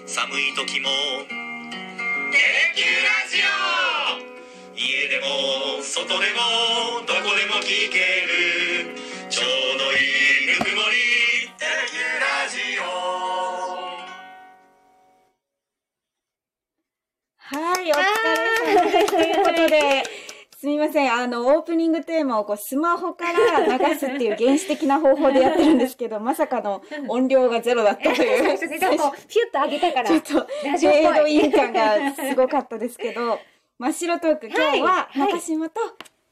時も「テレキューラジオ」家でも外でもどこでも聞けるちょうどいいぬくもり「テレキューラジオ」はい、お疲れ様です。ということで、すみません。あの、オープニングテーマをこうスマホから流すっていう原始的な方法でやってるんですけど、まさかの音量がゼロだったという。でもピュッと上げたから ちょっと、ラジオっぽいレードイン感がすごかったですけど、真っ白トーク、今日ははい中島と、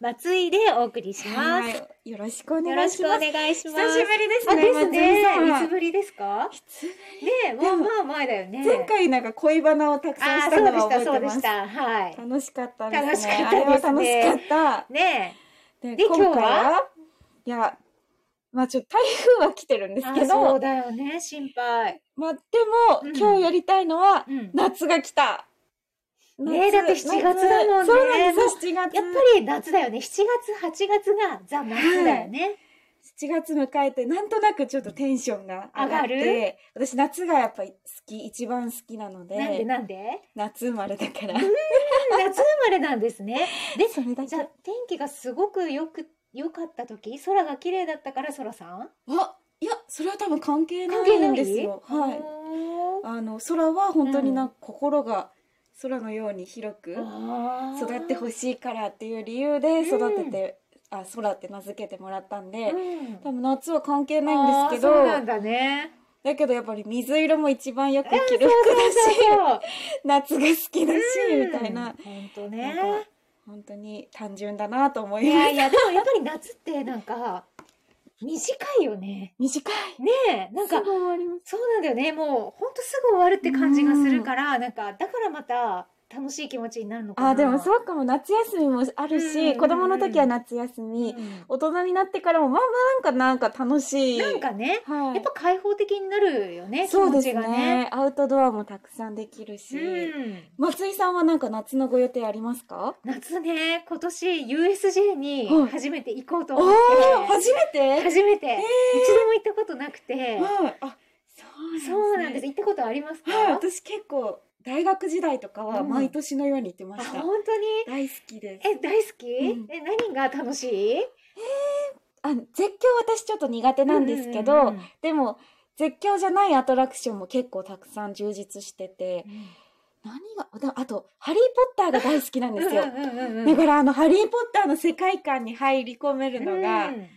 松井でお送りします、はいよろしくおよ願ろいししくおます。願いします久しぶりですあね、です松井さねいんつぶりですかねえもうまあ前だよね前回なんか恋バナをたくさんあしあたそうのでがした覚えそうてでます楽し。たはいしかったですね。楽しかったあれはです楽しねかった。ねでで今回今日はいやまあちょっと台風は来てるんでえすあけそうどだよね心配まあでも、うん今日やりたいのは、うん夏が来たねえだって7月だもんそねうなんですよ7月やっぱり夏だよね7月8月がザ・夏だよね、 7月迎えてなんとなくちょっとテンションが上がって上が私夏がやっぱり好き一番好きなのでなんでなんで夏生まれだから夏生まれなんですねでそれだけじゃあ天気がすごくよく良かった時空が綺麗だったから空さんあいやそれは多分関係な関係いないんですよはいいあの空は本当にな、うん心が空のように広く育ってほししいからっていう理由で育てて、あ空って名付けてもらったんで、うん多分夏は関係ないんですけあーどそうなだんだね。けどやっぱり水色も一番よく着る服だし、そう夏が好きだし、うんみたいな本当なんねか。本当に単純だなと思いいまやすいやでもやっぱり夏ってなんか短いよね。短いねえなんかすぐ終わりますそうなんだよね。もう本当すぐ終わるって感じがするからなんかだからまた楽しい気持ちになるのかな。あーでもうそうかも夏休みもあるうんうんし、うん子供の時は夏休み、ん大人になってからもまあまあなんかなんか楽しいなんかね。はいやっぱ開放的になるよね、気そう持でちすがね。ねアウトドアもたくさんできるし、うん、松井さんはなんか夏のご予定ありますか？夏ね、今年 USJ にはい初めて行こうとお思って、ー初めて？初めて、一度も行ったことなくて、はい。あ、そうそうななんんでですすね。行ったことありますか、はい、私結構大学時代とかはうん毎年のように行ってまあした。本当に大好きです。え大好き、うんえ何が楽しいあ、絶叫私ちょっと苦手なんですけど、うんうんうんでも絶叫じゃないアトラクションも結構たくさん充実してて、何がでもあとハリーポッターが大好きなんですよ。うんうんうんうんだからあのハリーポッターの世界観に入り込めるのがう本ん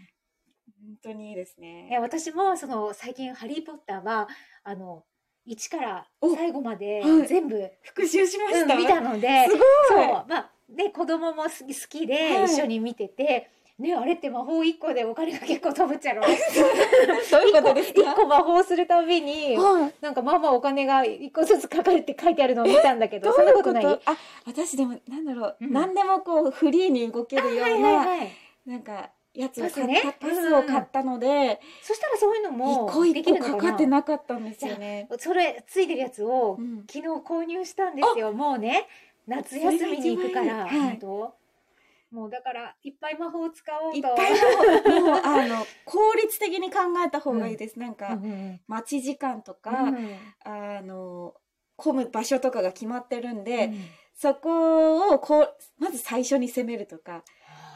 当にいいですね。え私もその最近「ハリー・ポッターは」あの1からお最後まではい全部復習しました。うん見 たので、すごいそう、まあ、ね、子供も好き好きではい一緒に見てて、ね、あれって魔法1個でお金が結構飛ぶっちゃ ろどういうことです1か。個魔法するたびに、はい。なんかまあまあお金が1個ずつかかるって書いてあるのを見たんだけど、そんなことないあ、私でも、なんだろう、うん何でもこうフリーに動けるような、い。なんか。やつを買っパスた、ねパスを買ったので、そしたらそういう一のも個で一個きるかのかなかってなかったんですよね。それついてるやつをうん昨日購入したんですよ。もうね、夏休みに行くから、それが一番いいはい本当もうだからいっぱい魔法を使おうと。いっぱいの、もう、あの、効率的に考えた方がいいです。なんか、うんうん待ち時間とか、うんあの、混む場所とかが決まってるんで、うんそこをこう、まず最初に攻めるとか、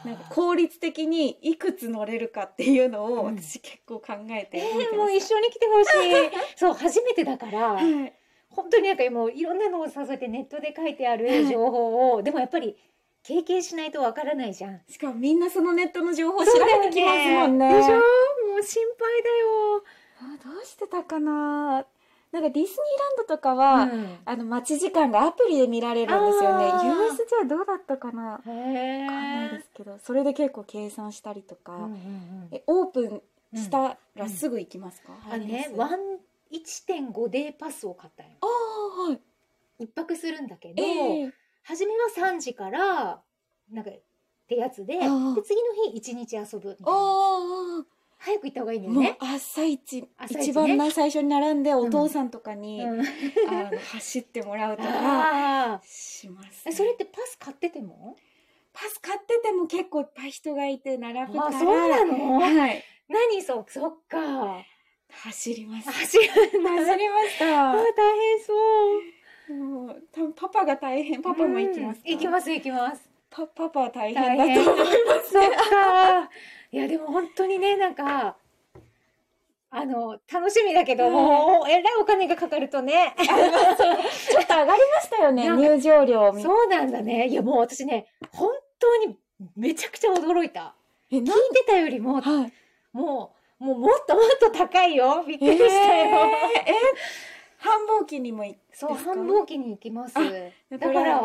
なんか効率的にいくつ乗れるかっていうのをうん私結構考えてえ動いーてまもうし一緒に来てほしい。 そう、初めてだからた。、はい本当になんかもういろんなのを誘ってネットで書いてある情報を、でもやっぱり経験しないとわからないじゃん。しかもみんなそのネットの情報調べてきますもんね。でしょあもう心配だよ。どうしてたかななんかディズニーランドとかは、あの待ち時間がアプリで見られるんですよねあ。ー USJ はどうだったかなわへかんないえですけど、それで結構計算したりとか、うんうんうんえオープンしたらすぐ行きますか、あねワン1.5デーパスを買ったよああ、はい。一泊するんだけど、ええ初めは3時からなんかってやつでであー次の日1日遊ぶみたあいなあ、早く行った方がいいんだよもうね。朝一朝一ね一番な最初に並んでお父さんとかに、うんあの走ってもらうとかあーします、えそれってパス買っててもパス買ってても結構いっぱい人がいて並ぶからあそうなのはい何そうそっか走ります走るんだ走りましあーた大変そうも う多分パパが大変パパも行きますか、うん行きます行きますパパパは大大変だと思うそっかいやでも本当にねなんかあの楽しみだけど、はいもうえらいお金がかかるとねちょっと上がりましたよねなんか入場料みそうなんだねいやもう私ね本当にめちゃくちゃ驚いたえ聞いなんてたよりもはいもうもうもっともっと高いよびっくりしたよ、えーえ繁忙期にもいそうですか繁忙期に行きますあだから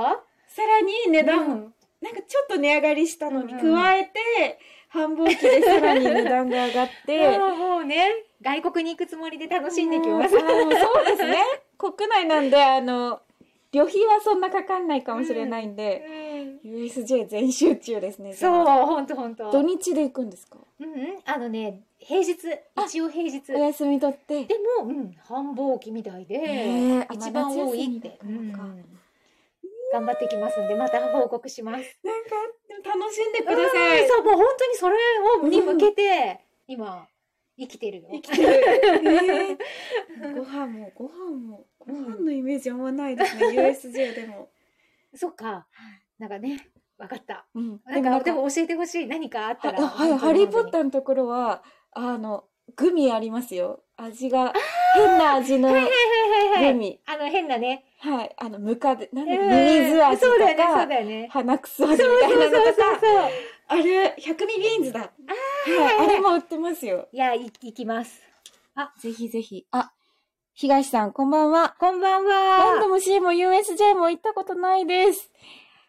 さらに値段、うんなんかちょっと値上がりしたのにうんうん加えて、繁忙期でさらに値段が上がっ てもうもうね外国に行くつもりで楽しんできますもうあもうそうですね 国内なんであの旅費はそんなかかんないかもしれないんで、USJ 全集中ですねじそうゃあ本当本当土日で行くんですかうんうんあのね平日一応平日お休み取ってでも、うん、繁忙期みたねいでえ一番多いって、あまだ夏休みだからかうん頑張ってきますんでまた報告しますなんか、でも楽しんでくださうんい。そうもう本当にそれをに向けて、今生きてるよ生きてる。 ご飯も、ご飯も、ご飯のイメージあんまないです ね、USJ でも。そっかなんかねわかったうんなんかでも教えてほしい何かあったらあはい、ハリー・ポッターーのところは、あの、グミありますよ。味が、変な味のグはいはいはいはいミ。あの変なねはい、あの、ムカデ、なんで、うんミミズ味そうだよとねそうか、だよね鼻くそ味みそうたそういなそのうそうとか、そうあれ、百味ビーンズだ。はいはいはいあれも売ってますよ。いやい行きますぜひぜひ。あ、東さん、こんばんは。こんばん何度はも C も USJ も行ったことないです。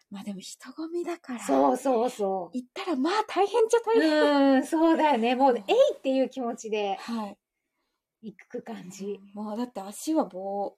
まあでも人混みだから。そうそうそう行ったらまあ大変っちゃ大変。うんそうだよねもうえいっていう気持ちではい。行く感じもうだって足は 棒。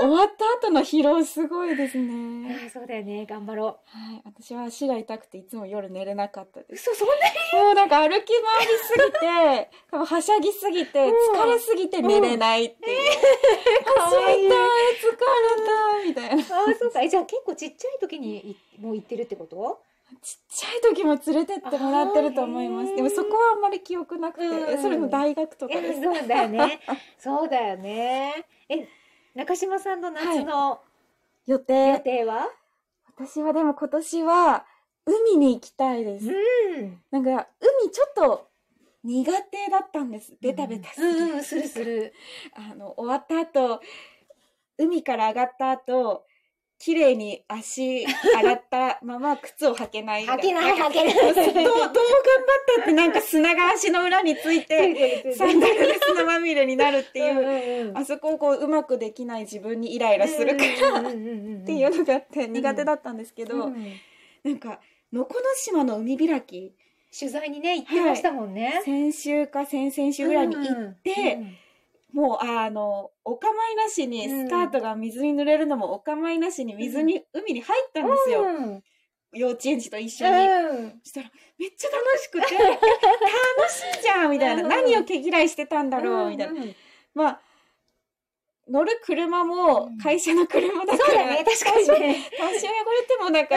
終わった後の疲労すごいですあね。ーそうだよね頑張ろはい。私は足が痛くていつも夜寝れなかったうです。嘘そん なもうなんか歩き回りすぎ て、多分はしゃぎすぎて、うん疲れすぎて寝れないっていう。かわいい足痛い、疲れた、みたいな。ちっあーそうかえじゃあ結構ちっちゃい時にいもう行ってるってことちゃい時も連れてってもらってると思いまあーへす。ーでもそこはあんまり記憶なくうんて、それも大学といかやです。そうだよねそうだよねえ中島さんの夏の予予定。定は、私はでも今年は海に行きたいです。うんなんか海ちょっと苦手だったんです。ベタベタすうる。んうんするするあの、終わった後、海から上がった後、綺麗に足洗ったまま靴を履けない。履けないんか履けないどう、どう頑張ったってなんか砂が足の裏について、サンダルで砂まみれになるっていう。いうあそこをこううまくできない自分にイライラするからってっていいうのがあって苦手だったんですけど、なんか能古島の海開き取材にね行ってましたもんね。先週か先々週ぐらいに行ってもうあのお構いなしにうんスカートが水に濡れるのもお構いなしに水に、海に入ったんですよ、うん幼稚園児と一緒に。うんそしたらめっちゃ楽しくて楽しいじゃんみたいな、うん何を毛嫌いしてたんだろうみたいな、うんうんまあ乗る車も会社の車だかそうら、だね確かにね。多少汚れてもなんか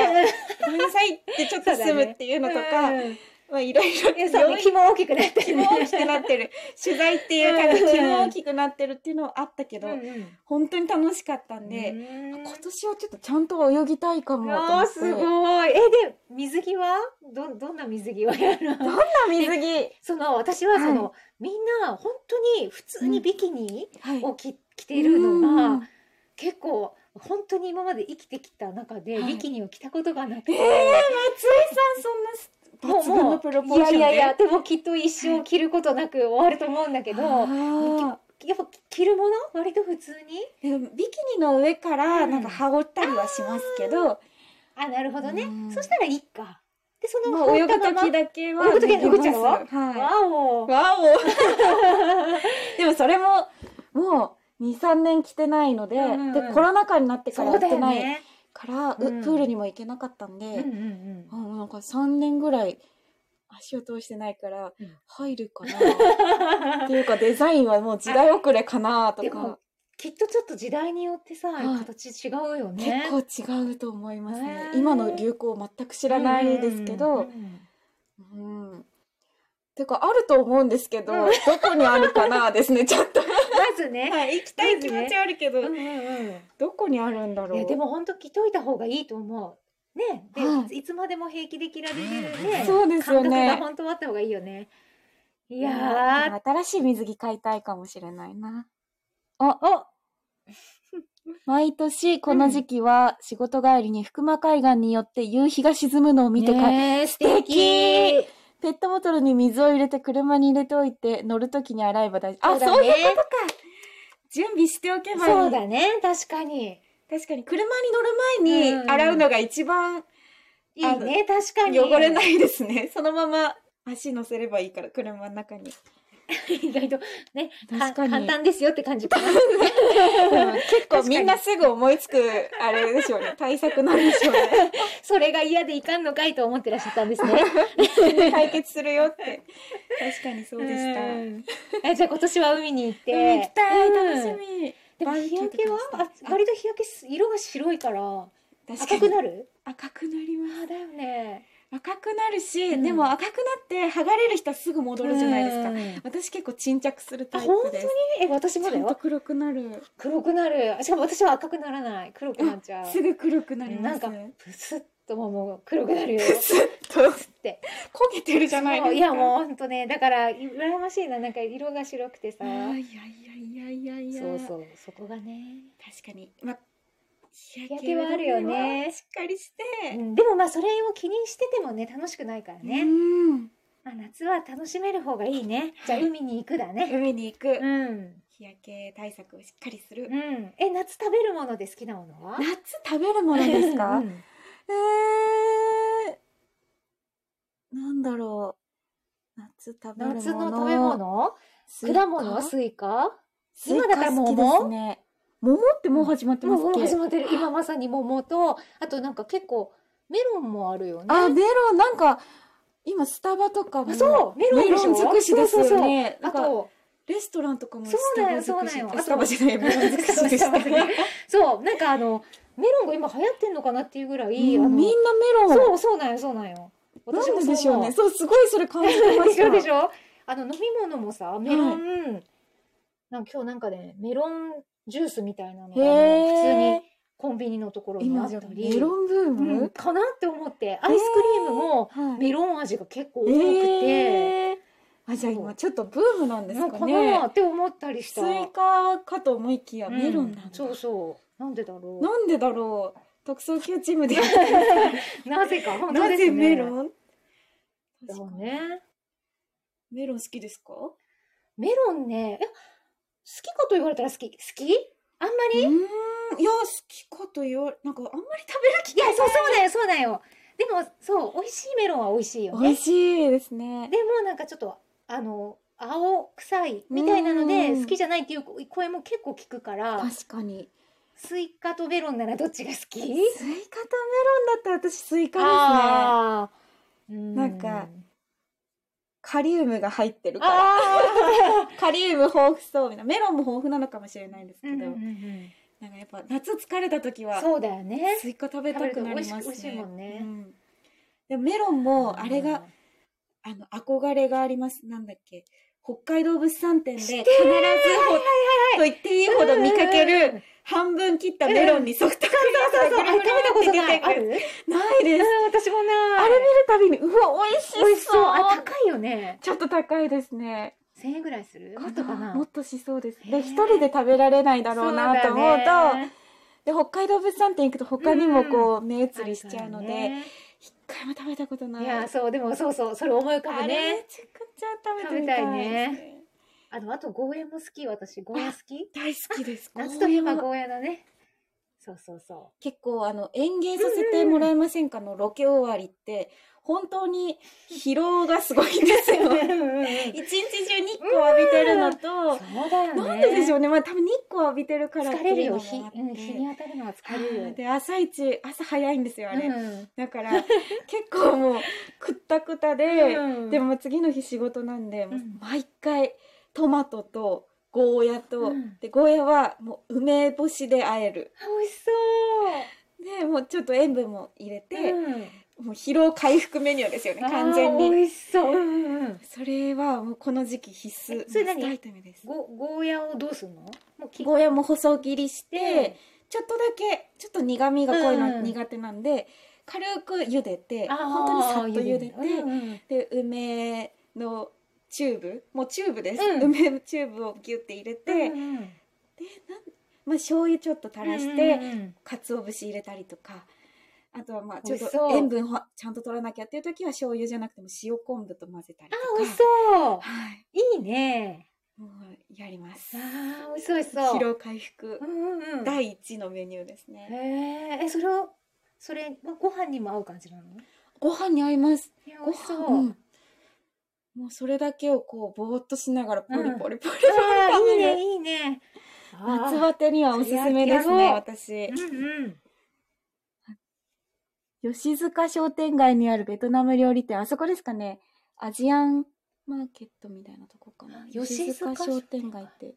ごめんなさいってちょっと済むっていうのとか、うんまあいろいろいやそうね病院気も大きくなって気るもね大きくなってる取材っていう感じうんで気も大きくなってるっていうのはあったけど、うんうん本当に楽しかったんで、うん今年はちょっとちゃんと泳ぎたいかもと思っあてーすどんなごいえで水着はどどんな水着をやるの水着、その私はその、みんな本当に普通にビキニはいを着着てるのが、うん結構本当に今まで生きてきた中で、はいビキニを着たことがなくて、えー松井さんそんな抜群のプロポーションでいやいやいやでもきっと一生着ることなく終わると思うんだけど、あーやっぱ着るもの割と普通にでもビキニの上からなんか羽織ったりはしますけど、あなるほどね、うんそしたらいいかでそのまあ、泳ぐまま時だけは泳ぐ時は脱ぐちゃう脱ぎますはいわおわお でもそれももう23年着てないので、うんうんうんでコロナ禍になってからやっそうだてよないね、から、ううんプールにも行けなかったんで、うんうんあなんか3年ぐらい足を通してないからうん入るかな、 うんっていうかデザインはもう時代遅れかなとでかも、きっとちょっと時代によってさ、はい形違うよね。結構違うと思いますねへー今の流行全く知らないですけうんうんどうんうんうんてかあると思うんですけど、うん どこにあるかなですねちょっとずね。はい、行きたい気持ちはあるけど、うんうんうん。どこにあるんだろう。いやでも本当着といた方がいいと思う。ね、で、はいいつまでも平気で着られるね。そうですよ感覚がね。本当あった方がいいよね。いいやー、新しい水着買いたいかもしれないな。あ、お 毎年この時期は仕事帰りに福間海岸によって夕日が沈むのを見て帰ねえ素敵。ペットボトルに水を入れて車に入れておいて乗るときに洗えば大丈夫。あ、だそういうこねとか。準備しておけばいい。そうだね、確かに。確かに車に乗る前うんに洗うのが一番いいね、確かに。。汚れないいですね。 そのまま足乗せればいいから車の中に。意外と ね、か確かに簡単ですよって感じかな。 結確か構にみんなすぐ思いつくあれでしょうね。対策なんでしょうね。それが嫌でいかんのかいと思ってらっしゃったんですね。解決するよって。確かにそうでした。うんえじゃあ今年は海に行って。うん行きたい、うん楽しみ。でもバーベ日キューと焼けかはもしたいあ割と日焼けす色が白いから赤確くかになる赤くなります。だよね赤くなるし、うんでも赤くなって剥がれる人はすぐ戻るじゃないですか、うん私結構沈着するタイあ本プ当でにすえ私もだちゃんとよ黒くなる黒くなるしかも私は赤くならない黒くなっちゃうすぐ黒くなりなまんすかプスッともうもう黒くなるよずっとて焦げてるじゃないですそうかいやもうほんとねだから羨ましいななんか色が白くてさあーいやいやいやいやいやそうそうそこがね確かにま日焼けはあるよねしっかりして、うんでもまあそれを気にしててもね楽しくないからねうんまあ夏は楽しめる方がいいねじゃあはい海に行くだね海に行く、うん日焼け対策をしっかりする、うん、え夏食べるもので好きなものは夏食べるものですか、うんうんえー、なんだろう。夏食べるもの。夏の食べ物スイカ果物スイカスイカ今だから好き桃ですね。桃ってもう始まってますもっうけ、始まってる今まさに桃とあとなんか結構メロンもあるよねあ、メロン、なんか、今スタバとかもあそうメロンでしょメ尽くしですよね。そうそうそうなあんかとレストランとかもそスうタだバよ尽くし。そうだよあスタバじゃない、メロン尽くし でしたそうだよね。そうなんかあのメロンが今流行ってんのかなっていうぐらい、もあうのみんなメロン。そうそうなんよそうなんよ私なんもででしそょうう思ね。そう、すごいそれ感じてまでし しょた。でしょあの飲み物もさメロン、なんか今日なんかねメロンジュースみたいなのがへあの普通えに。コンビニのところに今、あったりメロンブーム、うんかなって思ってアイスクリームもはいメロン味が結構多くて、えー、あじゃあそ今うちょっとブームなんですなんかかかねなって思ったりしスたイカかと思いきやうんメロンなんだ、そうそうなんでだろなんでだろう特捜級チーム でう なぜか本当なですぜねメロン、そ確かうにねメロン好きですかメロンねえ好きかと言われたら好き好きあんまうりーんいや好きかと言われなんかあんまり食いやそうそうだよそうだよでもそう美味しいメロンは美味しいよべねしいですねでもなんかちょっとあの青臭いみたいなのでうん好きじゃないっていう声も結構聞くから確かにスイカとメロンならどっちが好きスイカとメロンだったら私スイカですねあーうんなんかカリウムが入ってるからあカリウム豊富そうみたいなメロンも豊富なのかもしれないですーけど、なんかやっぱ夏疲れた時はそうだよねスイカ食べたくなります食べると美味しい美味しいもんねうんでもメロンもあれが、あの憧れがあります。なんだっけ。北海道物産展で必ずほと言っていいほど見かけうんる半分切ったメロンにソフトクそうリームそうそうあがぐ食るぐべるたことないって出てくあるるないでうんす。私もないあれ見るたびにうわ美味しそう。美味しそうあ高いよねちょっと高いですね。千円ぐらいするもっとかなもっとしそうです。へえで一人で食べられないだろうなと思うと、で北海道物産展行くと他にもこう目移りしちゃうので、一回も食べたことないい。やそうでもそうそうそれ思い浮かぶあれめねちゃくちゃ食べてみたい食べたいねですねあのあとゴーヤも好き私ゴーヤ好き大好きです。夏といえばゴーヤはゴーヤだねそうそうそ結構あの演芸させてもらえませんかのロケ終わりって本当に疲労がすごいん ですよ。う一うんうんうん日中日光浴びてるのと、そうだよねなんででしょうね。まあ多分日光浴びてるからって疲れるいうよの日,、もあってうん、日に当たるのは疲れるはよいで朝一朝早いんですよあれ。うんだから 結構もうくったくたで、うんでも次の日仕事なんで、もううん毎回トマトとゴーヤと、うんでゴーヤはもう梅干しで和えるあ美味しそうでもうちょっと塩分も入れて、うんもう疲労回復メニューですよね完全あーに美味しそう。うんうんうん。それはもうこの時期必須えそれマス何トアイテムですゴゴーヤをどうするの？もう切っゴーヤも細切りしてて、ちょっとだけちょっと苦味がこういううんうのん苦手なんで、軽く茹でてあー本当にさっと茹でて、うんうんで梅のチューブもうチューブです、うん梅のチューブをギュって入れて、うんでうんうんなんまあ醤油ちょっと垂らして、うんうんうん鰹節入れたりとかあとはまあちょっ美味しそとう塩分をちゃんと取らなきゃっていう時は醤油じゃなくても塩昆布と混ぜたりとあかー美味しそう。はいいいね。もうやりますああ美味しそう美味しそう。疲労回復うんうんうん。第一のメニューですね、へええそれをそれはご飯にも合う感じなの？ご飯に合いますいやご美味し飯そう。うんもうそれだけをこうぼーっとしながらポリポリポリポリあ食ーいいべる、ねいいね。夏はバテにはおすすめですそりゃねやろう私うんうん。吉塚商店街にあるベトナム料理店あそこですかねアジアンマーケットみたいなとこかなあ吉塚商店街って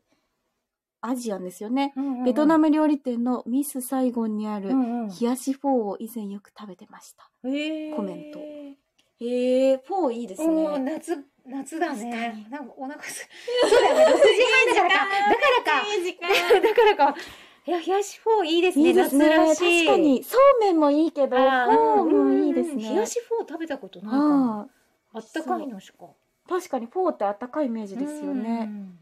アジアンですよね、うんうんうんベトナム料理店のミスサイゴンにあるうんうん冷やしフォーを以前よく食べてましたへーコメントへえフォーいいですおーね夏夏だ確かねに。なんかお腹す。そうだよ ね。六時半だからか。だからか。だからか。いや冷やしフォーいいですいね。いです夏ねら確しい。かにそうめんもいいけどフあー。ォーうんもうんいいですね冷やしフォー食べたことないかも。ああったかいのしか。ー確かにフォーってあったかいイメージですようんうねん。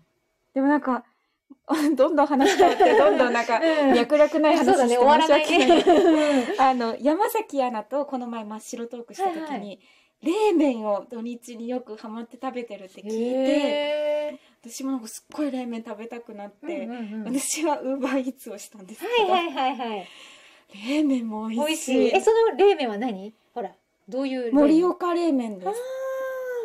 でもなんか どんどん話変わ ってどんどんなんかうん脈絡ないそうだ話しねて終わら申しない訳ない ね。あの山崎アナとこの前真っ白トークした時に、はいはい冷麺を土日によくハマって食べてるって聞いてへ私もなんかすっごい冷麺食べたくなっーて、うんうんうん私はウーバーイーツをしたんですけど、はいはいはいはい。冷麺も美美味味ししい。いえ、その冷麺は何？ほら、どういう盛岡冷麺です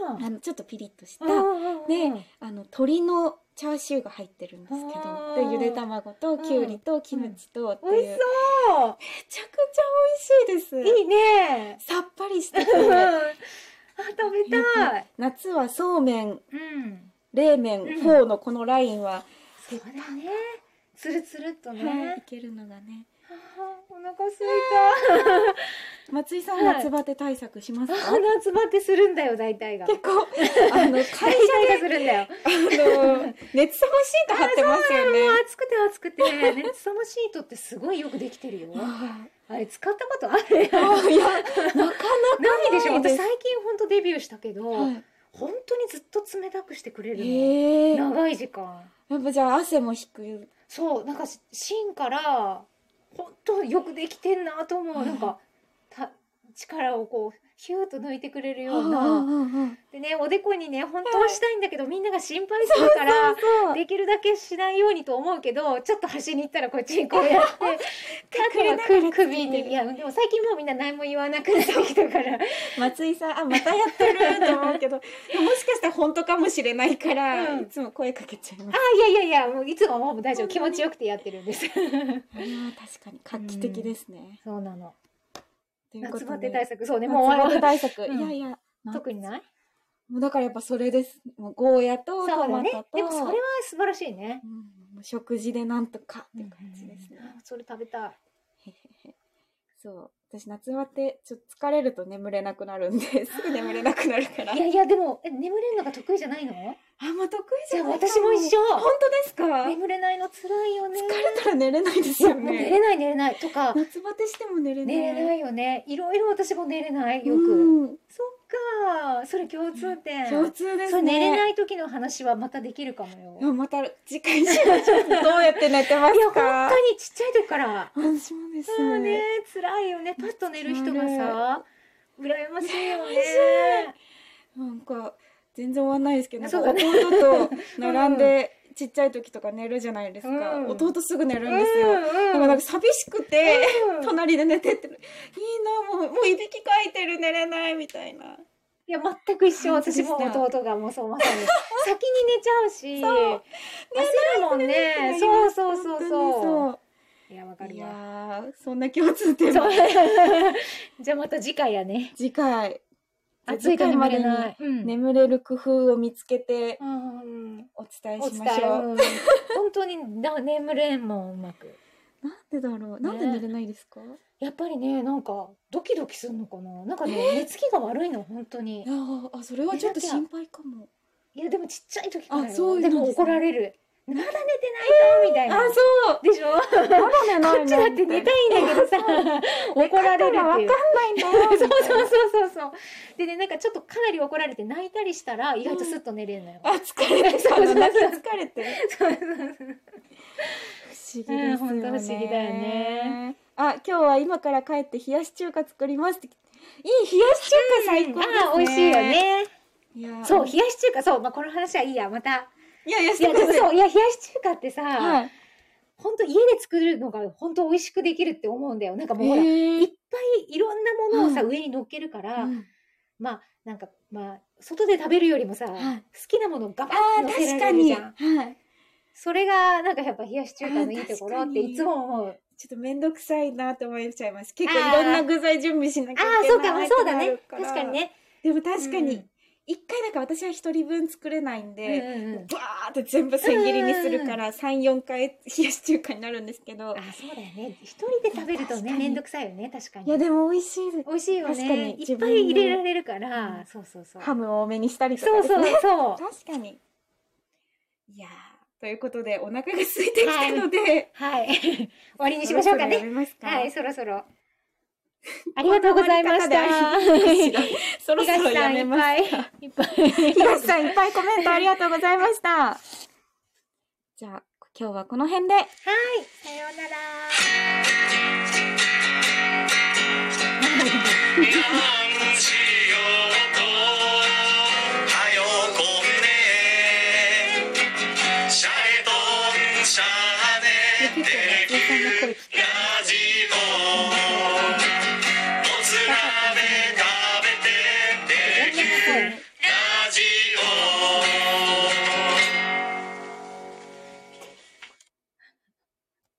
あーあのちょっとピリッとした、うんうんうんであの鶏のチャーシューが入ってるんですけあどーでゆで卵ときゅうりとキムチとっていう、美め味しそちゃくちゃ美味しいでう。すいいね。さっぱりして てうんあ、食べたい。夏はそうめんうん。冷麺、うんフォーのこのラインは、そうだね。つるつるっとはい、いね。けるのがね。あーお腹すいた。松井さん、はい夏バテ対策し ますかあ、夏バテするんだよ大体が。結 構、あの、会社大体がするんで、だよ。あの、熱さまシート貼ってますよねもう。 暑くて暑くて熱さまシートってすごいよくできてる よ。ああれ使ったことあある？あいや、なかな ないでしょ。ないで私す最近本当デビューしたけど、か。は本当にずっと冷たくしてくれるい、の。ええ長い時間。やっぱじゃあ汗も引く。そうなんかし芯から本当よくできてんなと思う、はいなんかた力をこうヒューッと抜いてくれるようなあでねおでこにね本当はしたいんだけど、みんなが心配するからあ、そう。できるだけしないようにと思うけどちょっと端に行ったらこっちにこうやって 縦は隠れながらく首作ってでいやでも最近もうみんな何も言わなくなってきたから 松井さん、あ、またやってると思うけど、でももしかしたら本当かもしれないから、うんいつも声かけちゃいます。あいやいやいやもういつももう大丈夫気そんな持にちよくてやってるんですあれは確かに画期的ですね。そうなのということ夏バでテ対策そうね夏もう終わバりテ対策。うんいやいや、特にないもうだからやっぱそれです。もうゴーヤとそトうだマねトと、でもそれは素晴らしいねうんもう食事でなんとかってって感感じじでですすねね。。それ食べたい。へへへそう。私夏バテ、ちょっと疲れると眠れなくなるんで、すぐ眠れなくなるから。あいやいや、でも、え眠れるのが得意じゃないのんま得意じじゃゃあない私も一緒。本当ですか疲眠れないの辛いよね。れたら寝れないですいやよもう寝ね。れない寝れないとか、夏バテしても寝れない。寝れないよね。いろいろ私も寝れない、よく。うんそっか。それ共通点。共通でそすれ寝れね。ない時の話はまたできるかもよ。いやまた次回しましょう。どうやって寝てまいや、す本か当にちっちゃい時から。私もです。そうね、辛いよね。パッと寝る人がさ、羨ましいよね。なんか全然終わんないですけど、なんかそうだね弟と並んでちっちゃい時とか寝るじゃないですか。うん弟すぐ寝るうんですよ。だんからなうんんか寂しくて、うん隣で寝てって、いいな、もう、もういびきかいてる、寝れない、みたいな。いや全く一緒感じで私したも弟がもうそう まさに先に寝ちゃうしそう焦るもんねそうそうそうそうう。いやわかいるやわー、そんな共通点そうも。 じゃあまた次回 やね次回。暑いから次ま回でまない、うんに眠れる工夫を見つけてうんお伝えおし伝ましえょう。うん本当にな眠れんもんうまくなんでだろう。なんで寝れないですか。やっぱりねなんかドキドキするのかななんかね、寝つきが悪いの本当にいやーあ、それはちょっと心配かも。いやでもちっちゃい時からよあそうでなんもですね怒られるまだ寝てないのみたいなそう。でしょまだ寝こないのっちだって寝たいんだけどさ 怒られるわっかていんうないんだよ。 そうそうそうそうそうでねなんかちょっとかなり怒られて泣いたりしたら意外とスッと寝れるのよ、あ、疲れてそうそうそう泣き疲れて。そうそうそう不思議ですうんよね。本当不思議だよね。あ、今日は今から帰って冷やし中華作りますって。いい冷やし中華最高ですね。あー美味しいよ。ねいやー、そう冷やし中華そうまあこの話はいいやまたいやいやしいやてでくもださい。 そういや冷やし中華ってさ、はい。本当家で作るのが本当美味しくできるって思うんだよなんかもうほら、えいっぱいいろんなものをさ、う上に乗っけるから、ーまあなんかまあ外で食べるよりもさ、はい好きなものをガバあッーと乗せ確らかれるに。じゃはんい。それがなんかやっぱ冷やし中華のいいところあーっていつも思うちょっと面倒くさいなって思っちゃいます。結構いろんな具材準備しなきあゃいあーそうけかまなあいそうだってなねるら確かに。ねでも確かうにん一回なんか私は一人分作れないんうで。んうんうんバーって全部千切りにするから34回冷やし中華になるんですけどあーそうだよね一人で食べると確ねかにめんどくさいよね確かにいやでも美味しいです美味しいよ確かねにい自っぱ分いの入れられるから、うんそうそうそうハムを多めにしたりとかそうですそうねそう確かにいやーということでお腹が空いてきたので、はい 終わりにしましょうかねそろそろやめますかはい、そろそろ。ありがとうございました。そろそろ東さやんいめっ ますぱい。いっぱい。 東さんいっぱいコメントありがとうございました じゃあ今日はこの辺ではい、さようなら。いやー